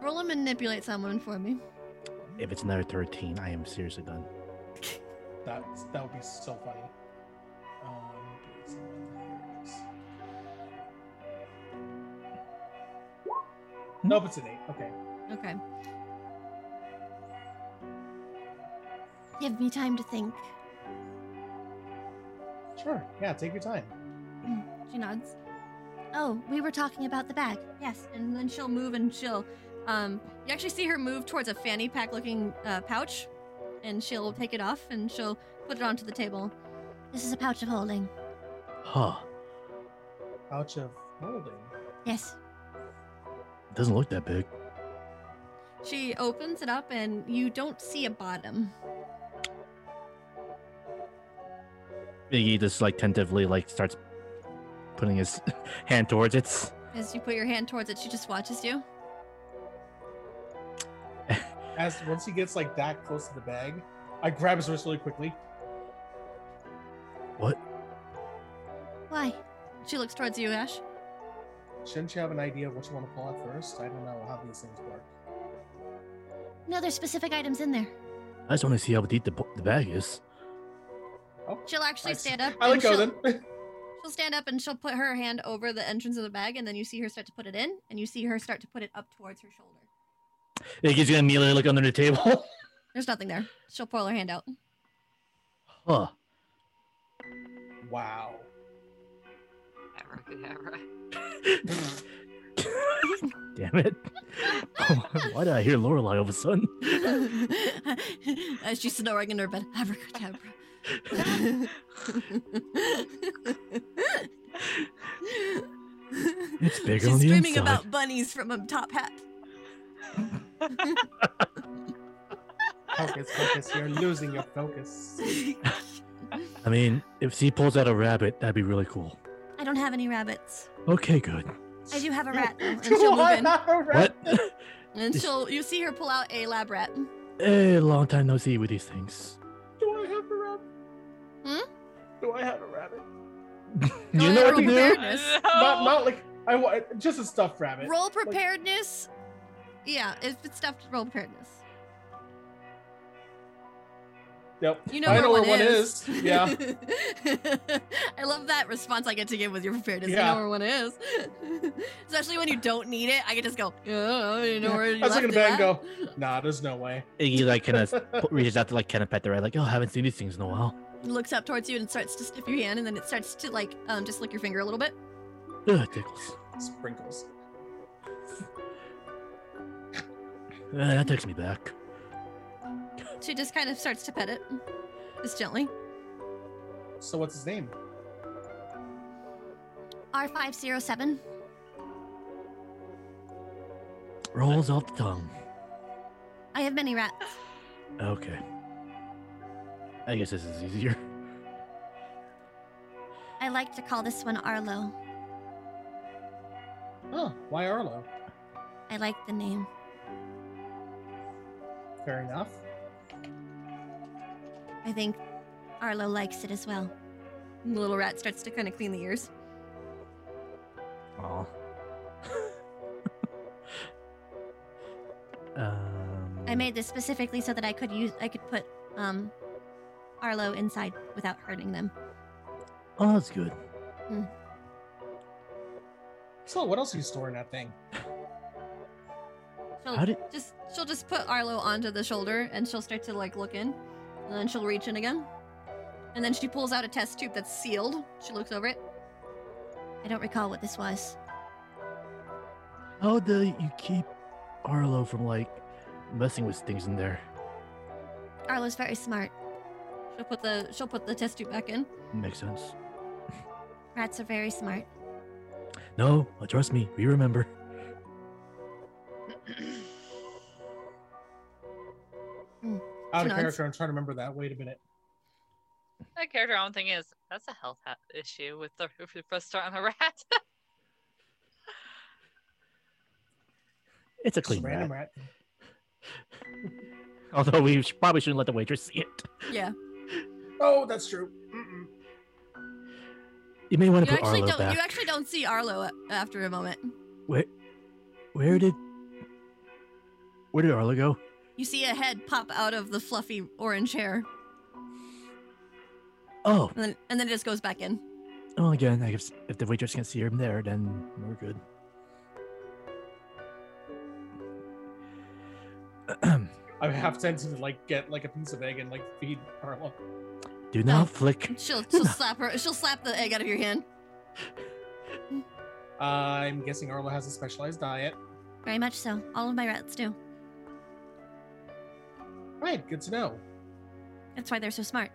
S1: Roll and manipulate someone for me.
S5: If it's another thirteen, I am seriously done.
S2: That that would be so funny. Um, let's see what the heck it is. Nope, it's an eight. Okay.
S1: Okay. Give me time to think.
S2: Sure. Yeah, take your time.
S1: She nods. Oh, we were talking about the bag. Yes. And then she'll move and she'll. Um, you actually see her move towards a fanny pack looking uh, pouch, and she'll take it off and she'll put it onto the table. This is a pouch of holding.
S5: Huh?
S2: Pouch of holding.
S1: Yes.
S5: Doesn't look that big.
S1: She opens it up, and you don't see a bottom.
S5: Iggy just like tentatively like starts putting his hand towards it.
S1: As you put your hand towards it, she just watches you.
S2: As once he gets like that close to the bag, I grab his wrist really quickly.
S1: Why? She looks towards you, Ash.
S2: Shouldn't you have an idea of what you want to pull out first? I don't know how these things work.
S1: No, there's specific items in there.
S5: I just want to see how deep the, bo- the bag is.
S1: She'll actually
S2: I see.
S1: stand up.
S2: I let
S1: and
S2: go
S1: she'll-
S2: then.
S1: She'll stand up and she'll put her hand over the entrance of the bag, and then you see her start to put it in, and you see her start to put it up towards her shoulder.
S5: Iggy's gonna immediately look under the table.
S1: There's nothing there. She'll pull her hand out.
S5: huh?
S2: wow.
S3: Abracadabra.
S5: Damn it! Why did I hear Lorelai all of a sudden?
S1: As she's snoring in her bed, abracadabra.
S5: It's bigger
S1: She's
S5: on the
S1: dreaming
S5: inside.
S1: about bunnies from a top hat.
S2: Focus, focus. You're losing your focus.
S5: I mean, if she pulls out a rabbit, that'd be really cool.
S1: I don't have any rabbits.
S5: Okay, good.
S1: I do have a rat, though, and she'll move in.
S5: What?
S1: And
S5: Is-
S1: she'll, you see her pull out a lab rat.
S5: hey, Eh, long time no see with these things.
S2: Do I have a rabbit?
S1: Hmm?
S2: Do I have a rabbit?
S5: you know what to
S1: roll
S5: do.
S1: preparedness.
S2: Not, not like I want just a stuffed rabbit.
S1: Roll preparedness. Yeah, if it's stuffed, roll preparedness.
S2: Yep.
S1: You know,
S2: I
S1: where,
S2: know
S1: one,
S2: where one
S1: is.
S2: is. Yeah.
S1: I love that response I get to give with your preparedness. You
S2: Yeah.
S1: know where one is. Especially when you don't need it, I can just go, oh, you know
S2: Yeah,
S1: where you
S2: I was
S1: left
S2: looking
S1: it
S2: back and
S1: at."
S2: Nah, there's no way.
S5: Iggy like kind of reaches out to like kind of pet the rat, like, "Oh, I haven't seen these things in a while."
S1: Looks up towards you and starts to sniff your hand, and then it starts to like um, just lick your finger a little bit.
S5: Ugh, tickles.
S2: Sprinkles.
S5: Uh, that takes me back.
S1: She just kind of starts to pet it, just gently.
S2: So what's his name?
S1: R five zero seven.
S5: Rolls off the tongue.
S1: I have many rats.
S5: Okay. I guess this is easier.
S1: I like to call this one Arlo.
S2: Oh, why Arlo?
S1: I like the name.
S2: Fair enough.
S1: I think Arlo likes it as well. And the little rat starts to kind of clean the ears.
S5: Aw. um,
S1: I made this specifically so that I could use I could put um Arlo inside without hurting them.
S5: Oh, that's good.
S2: So what else are you storing that thing?
S1: She'll
S5: How did?
S1: just she'll just put Arlo onto the shoulder and she'll start to like look in. And then she'll reach in again. And then she pulls out a test tube that's sealed. She looks over it. I don't recall what this was.
S5: How do you keep Arlo from like messing with things in there?
S1: Arlo's very smart. She'll put the she'll put the test tube back in.
S5: Makes sense.
S1: Rats are very smart.
S5: No, uh, trust me. We remember.
S2: Out
S1: Nice.
S2: of character, I'm trying to remember that. Wait a minute.
S3: That character I'm thinking is that's a health hat issue with the with the start on a rat.
S5: It's a
S2: Just
S5: clean rat.
S2: random rat.
S5: Although we sh- probably shouldn't let the waitress see it.
S1: Yeah.
S2: Oh, that's true. Mm-mm.
S5: You may want
S1: You
S5: to put
S1: actually
S5: Arlo
S1: don't.
S5: back.
S1: You actually don't see Arlo a- after a moment.
S5: Where, where did, where did Arlo go?
S1: You see a head pop out of the fluffy orange hair,
S5: Oh,
S1: and then and then it just goes back in.
S5: well, again, I guess if the waitress can't see him there, then we're good.
S2: I have tendency to like get like a piece of egg and like feed Carla.
S5: Do not
S1: Oh.
S5: flick.
S1: She'll she'll slap her. She'll slap the egg out of your hand.
S2: I'm guessing Arlo has a specialized diet.
S1: Very much so. All of my rats do.
S2: Right, good to know.
S1: That's why they're so smart.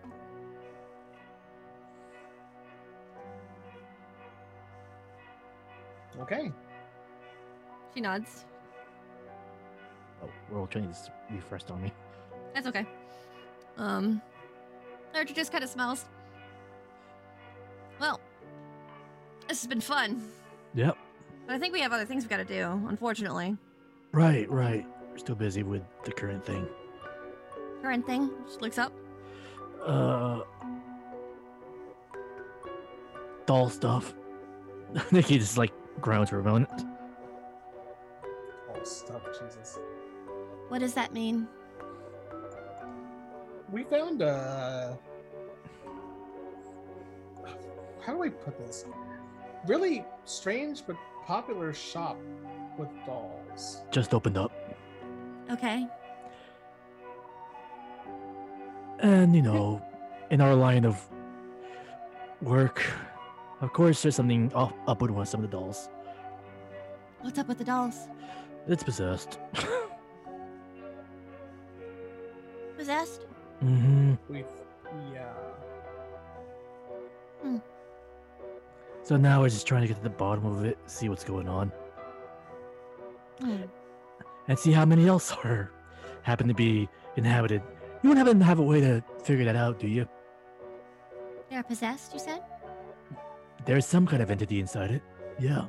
S2: Okay.
S1: She nods.
S5: Oh, World Training is refreshed on me.
S1: That's okay. Um, Archer just kind of smiles. Well, this has been fun,
S5: Yep.
S1: but I think we have other things we got to do. Unfortunately,
S5: Right, right. We're still busy with the current thing.
S1: current thing. She looks up.
S5: Uh, doll stuff. Nikki just like grounds for a moment.
S2: Oh, stuff, Jesus.
S1: What does that mean?
S2: We found uh how do I put this? Really strange but popular shop with dolls.
S5: Just opened up,
S1: Okay.
S5: and you know, in our line of work, of course, there's something off, up with one of some of the dolls.
S1: What's up with the dolls?
S5: It's possessed.
S1: Possessed?
S5: hmm
S2: We've yeah.
S5: So now we're just trying to get to the bottom of it, see what's going on,
S1: Hmm.
S5: and see how many else are happen to be inhabited. You don't happen to have a way to figure that out, do you?
S1: They're possessed, you said?
S5: There's some kind of entity inside it. Yeah.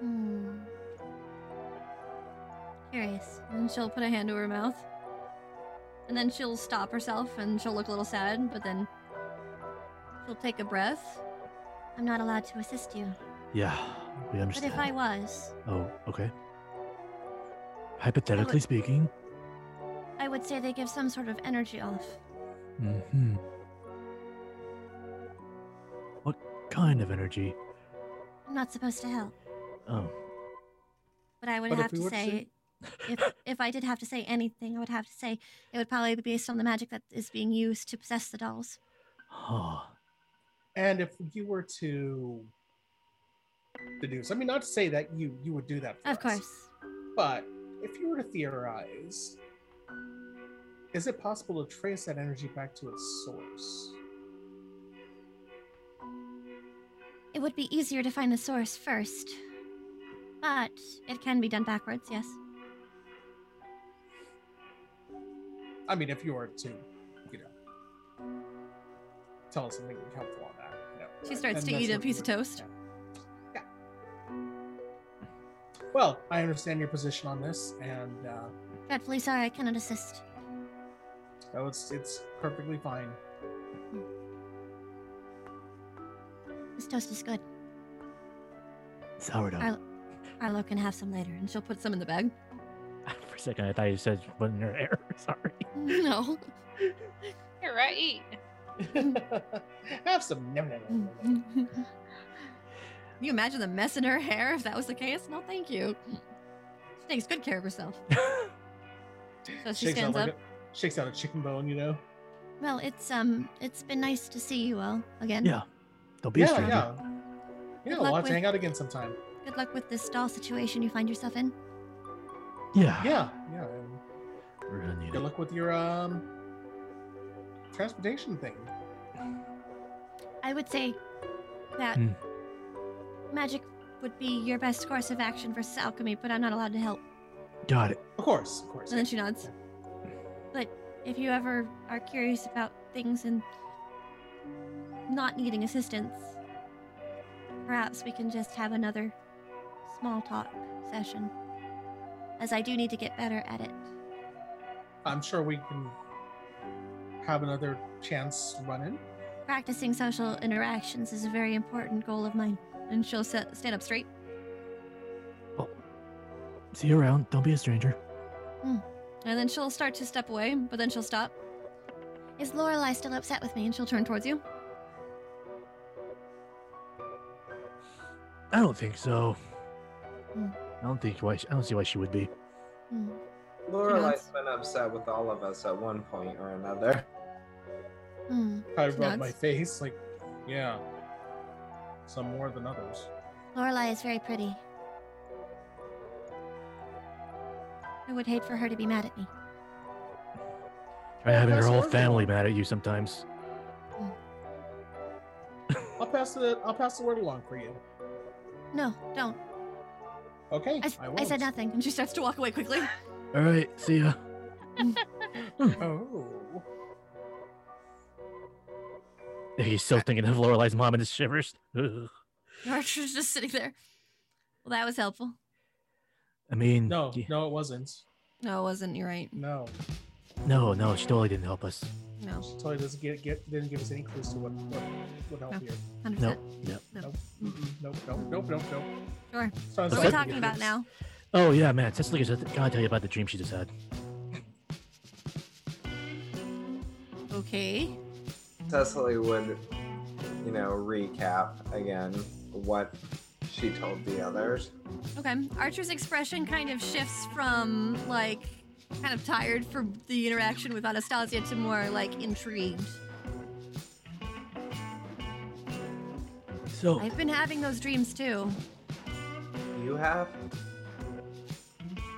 S1: Hmm. Curious. And she'll put a hand to her mouth. And then she'll stop herself and she'll look a little sad, but then she'll take a breath. I'm not allowed to assist you.
S5: Yeah, we
S1: But
S5: understand.
S1: if I was,
S5: Oh, okay. Hypothetically speaking,
S1: I would say they give some sort of energy off.
S5: hmm what kind of energy?
S1: I'm not supposed to help.
S5: Oh,
S1: But I would
S2: But if
S1: have
S2: we
S1: to
S2: were to-
S1: say, if if I did have to say anything, I would have to say it would probably be based on the magic that is being used to possess the dolls.
S5: huh.
S2: And if you were to deduce, I mean not to say that you you would do that for
S1: Of
S2: us,
S1: course.
S2: But if you were to theorize, is it possible to trace that energy back to its source?
S1: It would be easier to find the source first. But it can be done backwards, yes.
S2: I mean, if you were to, you know, tell us something helpful on that. You know,
S1: She starts
S2: and
S1: to
S2: that's
S1: eat a
S2: what we
S1: piece of
S2: would-
S1: toast.
S2: Yeah. Well, I understand your position on this, and uh,
S1: Dreadfully sorry, I cannot assist.
S2: no, oh, it's it's perfectly fine.
S1: This toast is good.
S5: Sourdough.
S1: I'll- Arlo can have some later, and she'll put some in the bag.
S5: For a second, I thought you said put in her hair. Sorry.
S1: no.
S3: You're right. eat.
S2: Have some. Nom, nom, nom, nom, nom.
S1: Can you imagine the mess in her hair if that was the case? No, thank you. She takes good care of herself. So she
S2: Shakes out
S1: stands up.
S2: like a, shakes out a chicken bone, you know.
S1: Well, it's um, it's been nice to see you all again.
S5: yeah. Don't be a
S2: Yeah,
S5: stranger.
S2: yeah, yeah.
S1: Good
S2: We'll
S1: luck
S2: have to
S1: with-
S2: hang out again sometime.
S1: Good luck with this doll situation you find yourself in.
S5: Yeah.
S2: Yeah, yeah. and
S5: We're gonna need
S2: Good
S5: it.
S2: luck with your um transportation thing.
S1: I would say that
S5: Hmm.
S1: magic would be your best course of action versus alchemy, but I'm not allowed to help.
S5: Got it.
S2: Of course, of course.
S1: And then she nods. But if you ever are curious about things and not needing assistance, perhaps we can just have another small talk session. as I do need to get better at it.
S2: I'm sure we can have another chance run in.
S1: Practicing social interactions is a very important goal of mine. And she'll set, stand up straight.
S5: See you around. Don't be a stranger.
S1: And then she'll start to step away, but then she'll stop. Is Lorelai still upset with me? And she'll turn towards you.
S5: I don't think so.
S1: Hmm.
S5: I don't think why. She, I don't see why she would be.
S1: Hmm.
S6: Lorelai's
S1: it's-
S6: been upset with all of us at one point or another.
S1: Hmm.
S2: I
S1: She
S2: rub my
S1: nods.
S2: face, like, yeah. Some more than others.
S1: Lorelai is very pretty. I would hate for her to be mad at me.
S5: Try having her
S2: that's
S5: whole
S2: horrible.
S5: family mad at you sometimes.
S2: I'll pass the I'll pass the word along for you.
S1: No, don't.
S2: Okay.
S1: I, s- I
S2: won't.
S1: said nothing. And she starts to walk away quickly.
S5: All right. See ya.
S2: Oh.
S5: He's still thinking of Lorelai's mom and just shivers. Ugh.
S1: Archer's just sitting there. Well, that was helpful.
S5: I mean,
S2: No,
S5: y-
S2: no, it wasn't.
S1: No, it wasn't. You're right.
S2: No.
S5: no, no. She totally didn't help us.
S1: No,
S2: She totally doesn't get, get didn't give us any clues to what what would help
S1: No.
S2: here.
S1: 100%.
S5: No, no.
S2: Nope. Mm-mm. Nope. Nope. Nope. Nope. Nope.
S1: Sure.
S2: Sounds
S1: What are we
S2: like
S5: that-
S1: talking about now?
S5: Oh yeah, man. Cecilia, just gotta tell you about the dream she just had.
S1: Okay.
S6: Cecily would, you know, recap again what she told the others.
S1: Okay. Archer's expression kind of shifts from like kind of tired from the interaction with Anastasia to more like intrigued.
S5: So
S1: I've been having those dreams too.
S6: You have?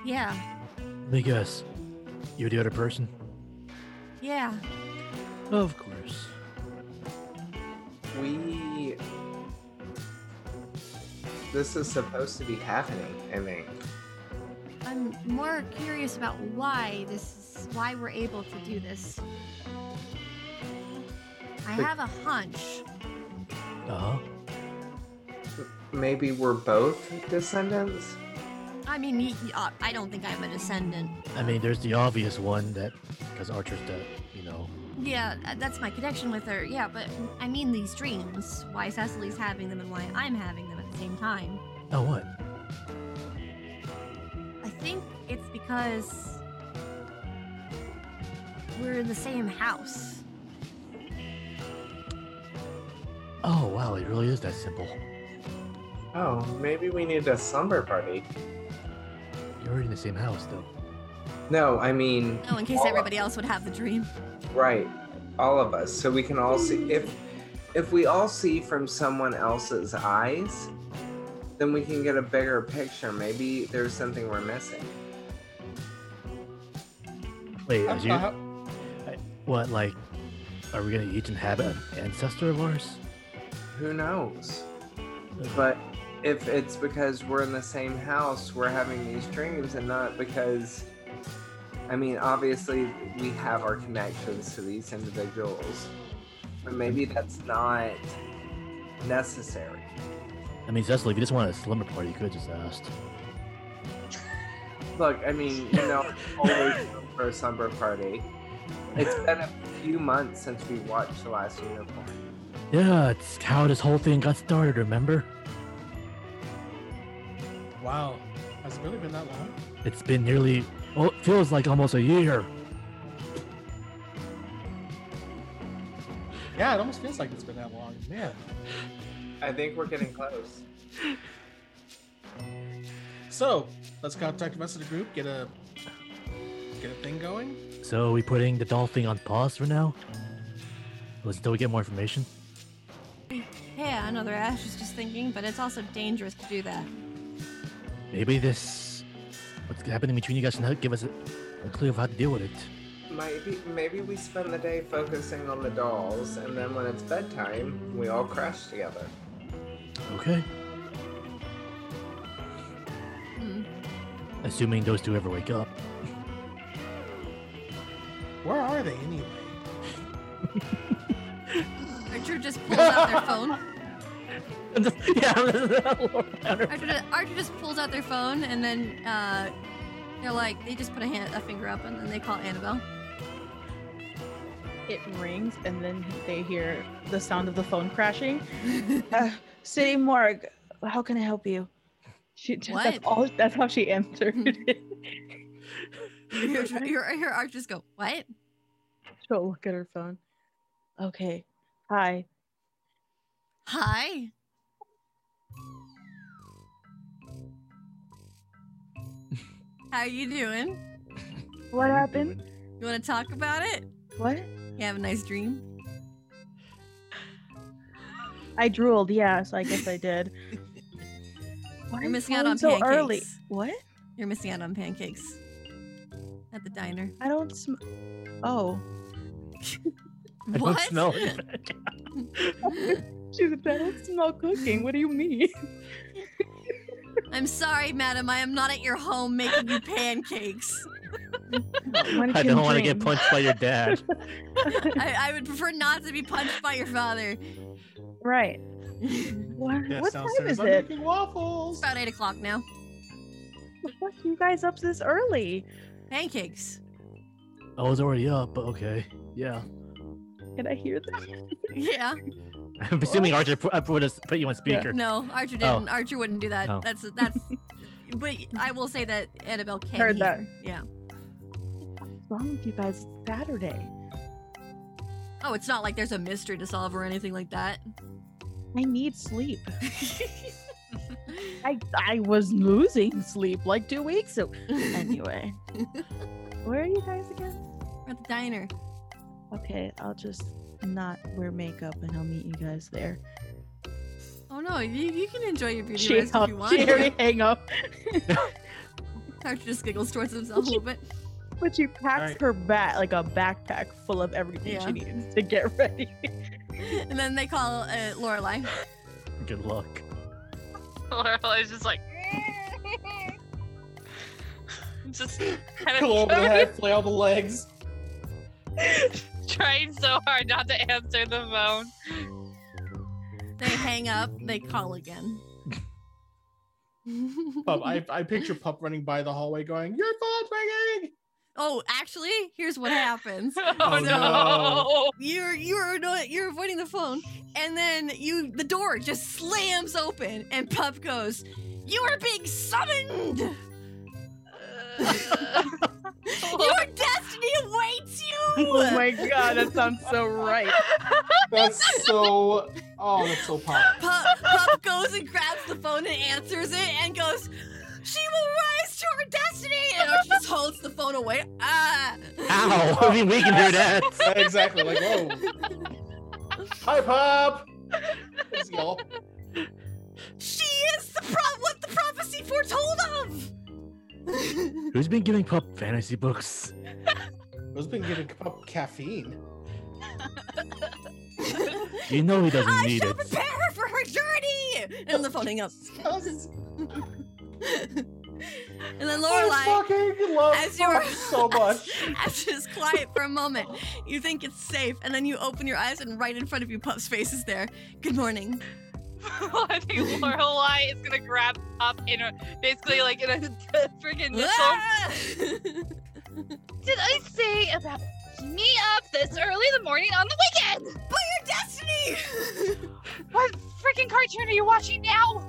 S1: Yeah.
S5: let me guess. You're the other person.
S1: Yeah.
S5: Of course.
S6: We. This is supposed to be happening, I think.
S1: I'm more curious about why this is why we're able to do this. I
S6: Be-
S1: have a hunch.
S5: Uh huh.
S6: Maybe we're both descendants?
S1: I mean, y- y- uh, I don't think I'm a descendant.
S5: I mean, there's the obvious one that, because Archer's the, you know,
S1: Yeah, uh, that's my connection with her. Yeah, but I mean these dreams. Why Cecily's having them and why I'm having them at the same time.
S5: oh what?
S1: I think it's because we're in the same house.
S5: Oh wow, it really is that simple.
S6: Oh, maybe we need a slumber party.
S5: You're already in the same house though.
S6: No, I mean,
S1: Oh, in case
S6: All
S1: everybody else would have the dream.
S6: right, all of us, so we can all see. If if we all see from someone else's eyes, then we can get a bigger picture. Maybe there's something we're missing.
S5: Wait,
S2: I'm
S5: is you
S2: not-
S5: what? Like, are we gonna each inhabit an ancestor of ours?
S6: Who knows? But if it's because we're in the same house, we're having these dreams, and not because, I mean, obviously we have our connections to these individuals, but maybe that's not necessary.
S5: I mean, Cecily, if you just wanted a slumber party, you could have just asked.
S6: Look, I mean, you know, I'm always down for a slumber party. It's been a few months since we watched the last unicorn.
S5: Yeah, it's how this whole thing got started. Remember?
S2: Wow. Has it really been that long?
S5: It's been nearly, well, it feels like almost a year.
S2: Yeah, it almost feels like it's been that long. Man.
S6: I think we're getting close.
S2: So let's contact the rest of the group. Get a get a thing going.
S5: So are we putting the doll thing on pause for now? Let's until we get more information.
S1: Yeah, another Ash is just thinking, but it's also dangerous to do that.
S5: Maybe this, what's happening between you guys, can help give us a, a clue of how to deal with it.
S6: Maybe maybe we spend the day focusing on the dolls, and then when it's bedtime, we all crash together.
S5: Okay.
S1: Hmm.
S5: Assuming those two ever wake up.
S2: Where are they anyway?
S1: Archer just pulls out their phone.
S5: yeah.
S1: Archer, ju- Archer just pulls out their phone, and then uh, They're like they just put a hand, a finger up, and then they call Annabelle.
S4: It rings, and then they hear the sound of the phone crashing. Uh, City Morgue, how can I help you? She just, that's
S1: What?
S4: all. That's how she answered. it.
S1: You hear, you hear, you hear Arch just go, "What?"
S4: She'll look at her phone. Okay. Hi.
S1: Hi. How you doing?
S4: What
S5: How you
S4: happened?
S5: doing?
S1: You want to talk about it?
S4: What?
S1: You have a nice dream.
S4: I drooled. Yeah, so I guess I did. Why are
S1: You're
S4: you
S1: missing out
S4: calling
S1: on
S4: so
S1: pancakes.
S4: early? What?
S1: You're missing out on pancakes at the diner.
S4: I don't. Sm- oh,
S5: I
S1: what?
S5: don't smell it.
S4: she's I don't smell cooking. What do you mean?
S1: I'm sorry, madam. I am not at your home making you pancakes.
S5: I don't want to get punched by your dad.
S1: I, I would prefer not to be punched by your father.
S4: Right.
S1: it's
S4: What,
S2: Yes,
S4: what time
S2: downstairs.
S4: is
S2: I'm
S4: it?
S2: making waffles.
S1: about eight o'clock now.
S4: What the fuck are you guys up this early?
S1: Pancakes.
S5: I was already up, but okay. Yeah.
S4: Can I hear that?
S1: Yeah.
S5: I'm assuming Archer put, I put, us, put you on speaker.
S1: No, Archer
S5: Oh.
S1: didn't. Archer wouldn't do that.
S5: Oh.
S1: That's that's. but I will say that Annabelle can
S4: Heard that.
S1: hear. Yeah.
S4: What's wrong with you guys? It's Saturday.
S1: Oh, it's not like there's a mystery to solve or anything like that.
S4: I need sleep. I I was losing sleep like two weeks ago. Anyway, where are you guys again?
S1: We're at the diner.
S4: Okay, I'll just not wear makeup and I'll meet you guys there.
S1: Oh no, you, you can enjoy your beauty
S4: She,
S1: rest if you
S4: hung-
S1: want.
S4: she already hang up,
S1: Archer just giggles towards himself a little bit.
S4: but she packs
S2: Alright.
S4: her bat like a backpack full of everything
S1: Yeah.
S4: she needs to get ready.
S1: And then they call uh, Lorelai.
S5: Good luck.
S3: Lorelai's just like. just kind
S2: Pull over
S3: of
S2: the
S3: trying,
S2: head, flail the legs.
S3: trying so hard not to answer the phone.
S1: They hang up. They call again.
S2: Pup, I, I picture Pup running by the hallway going, Your phone's ringing!
S1: oh, actually, here's what happens.
S3: Oh,
S2: Oh, no.
S1: You're you're anno- you're avoiding the phone, and then you the door just slams open, and Pup goes, "You are being summoned.
S3: Uh,
S1: Your destiny awaits you."
S4: Oh my god, that sounds so right.
S2: That's so. Oh, that's so Pop.
S1: Pup, Pup goes and grabs the phone and answers it and goes, She will rise to her destiny! And Archie just holds the phone away. Ah!
S5: Ow! I mean, we can hear that.
S2: exactly. Like, whoa. Hi, Pop! It's y'all.
S1: She is the pro- what the prophecy foretold of!
S5: Who's been giving Pup fantasy books?
S2: Who's been giving Pup caffeine?
S5: You know he doesn't
S1: I
S5: need
S1: shall
S5: it.
S1: prepare her for her journey! And the phone hang up. and then
S2: I
S1: Lorelai,
S2: fucking love
S1: as you
S2: Pup
S1: are
S2: so much.
S1: After it's quiet for a moment, you think it's safe, and then you open your eyes, and right in front of you, Pup's face is there. Good morning.
S3: I think Lorelai is gonna grab up in a basically like in a freaking missile.
S1: Ah!
S3: Did I say about me up this early in the morning on the weekend?
S1: but your destiny!
S3: What freaking cartoon are you watching now?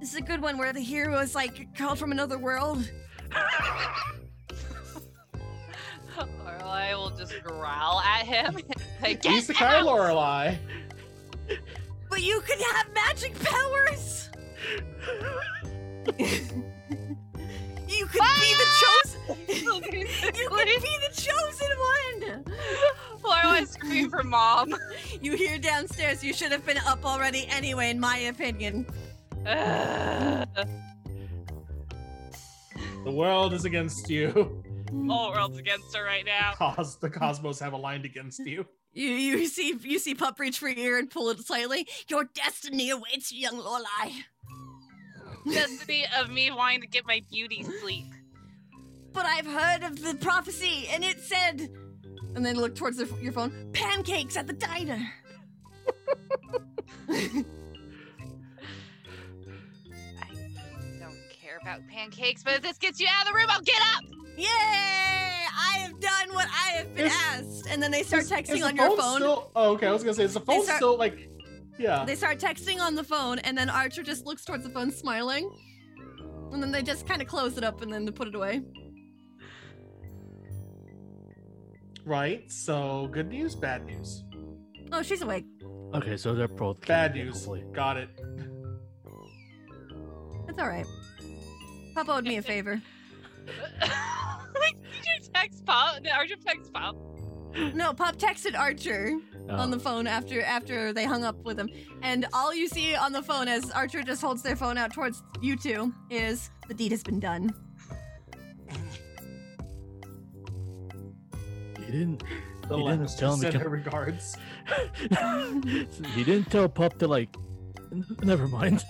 S1: this is a good one where the hero is like called from another world.
S3: Lorelai will just growl at him. like, "Get
S2: He's the kind of
S3: out!"
S2: Lorelei.
S1: But you could have magic powers! you could be the chosen You could be the chosen one!
S3: Lorelai screaming for mom.
S1: You hear downstairs you should have been up already anyway, in my opinion.
S3: Ugh.
S2: The world is against you.
S3: Whole world's against her right now.
S2: Cos- the cosmos have aligned against you.
S1: You you see you see Pup reach for your ear and pull it slightly. Your destiny awaits you, young Lorelai.
S3: Destiny of me wanting to get my beauty sleep.
S1: but I've heard of the prophecy, and it said, and then look towards the, your phone, pancakes at the diner.
S3: I don't care about pancakes, but if this gets you out of the room, I'll get up.
S1: Yay! I have done what I have been
S2: Is-
S1: asked. And then they start
S2: Is-
S1: texting
S2: is the
S1: on your phone.
S2: Still, oh, okay. I was gonna say, is the phone
S1: start-
S2: still like? Yeah.
S1: They start texting on the phone, and then Archer just looks towards the phone, smiling. And then they just kind of close it up and then put it away.
S2: Right. So good news, bad news.
S1: Oh, she's awake.
S5: Okay, so they're both
S2: Bad
S5: Canadian,
S2: news.
S5: hopefully.
S2: Got it.
S1: That's all right. Papa owed me a favor.
S3: Like, Did you text Pop? Did Arjun text Pop?
S1: No, Pop texted Archer
S5: Oh.
S1: on the phone after after they hung up with him, and all you see on the phone as Archer just holds their phone out towards you two is the deed has been done.
S5: He didn't.
S2: The
S5: You didn't
S2: last
S5: tell me,
S2: said
S5: can-
S2: her regards.
S5: he didn't tell Pop to like. N- never mind.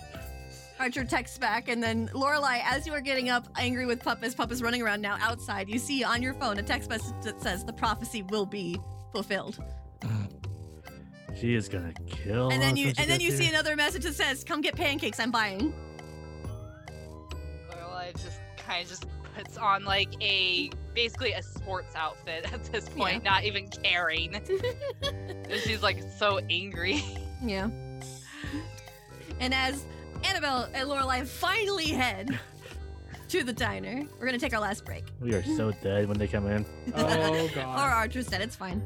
S1: Archer texts back, and then Lorelai, as you are getting up, angry with Pup as Pup is running around now outside, you see on your phone a text message that says the prophecy will be fulfilled,
S5: She is gonna kill.
S1: and
S5: us
S1: then you
S5: when she
S1: and then you
S5: gets
S1: see
S5: here.
S1: another message that says come get pancakes, I'm buying.
S3: Lorelai just kind of just puts on like a basically a sports outfit at this point, not even caring. She's like so angry.
S1: Yeah. And as Annabelle and Lorelai finally head to the diner, we're gonna take our last break.
S5: We are so dead when they come in.
S2: Oh
S1: Or
S2: god.
S1: Archer said it's fine.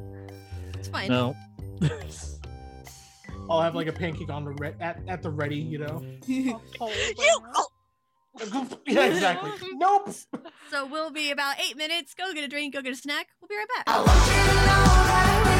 S1: It's fine.
S5: No.
S2: I'll have like a pancake on the re- at, at the ready, you know.
S1: You- oh.
S2: yeah, exactly. Nope.
S1: So we'll be about eight minutes. Go get a drink, go get a snack. We'll be right back.
S7: I want you to know that I really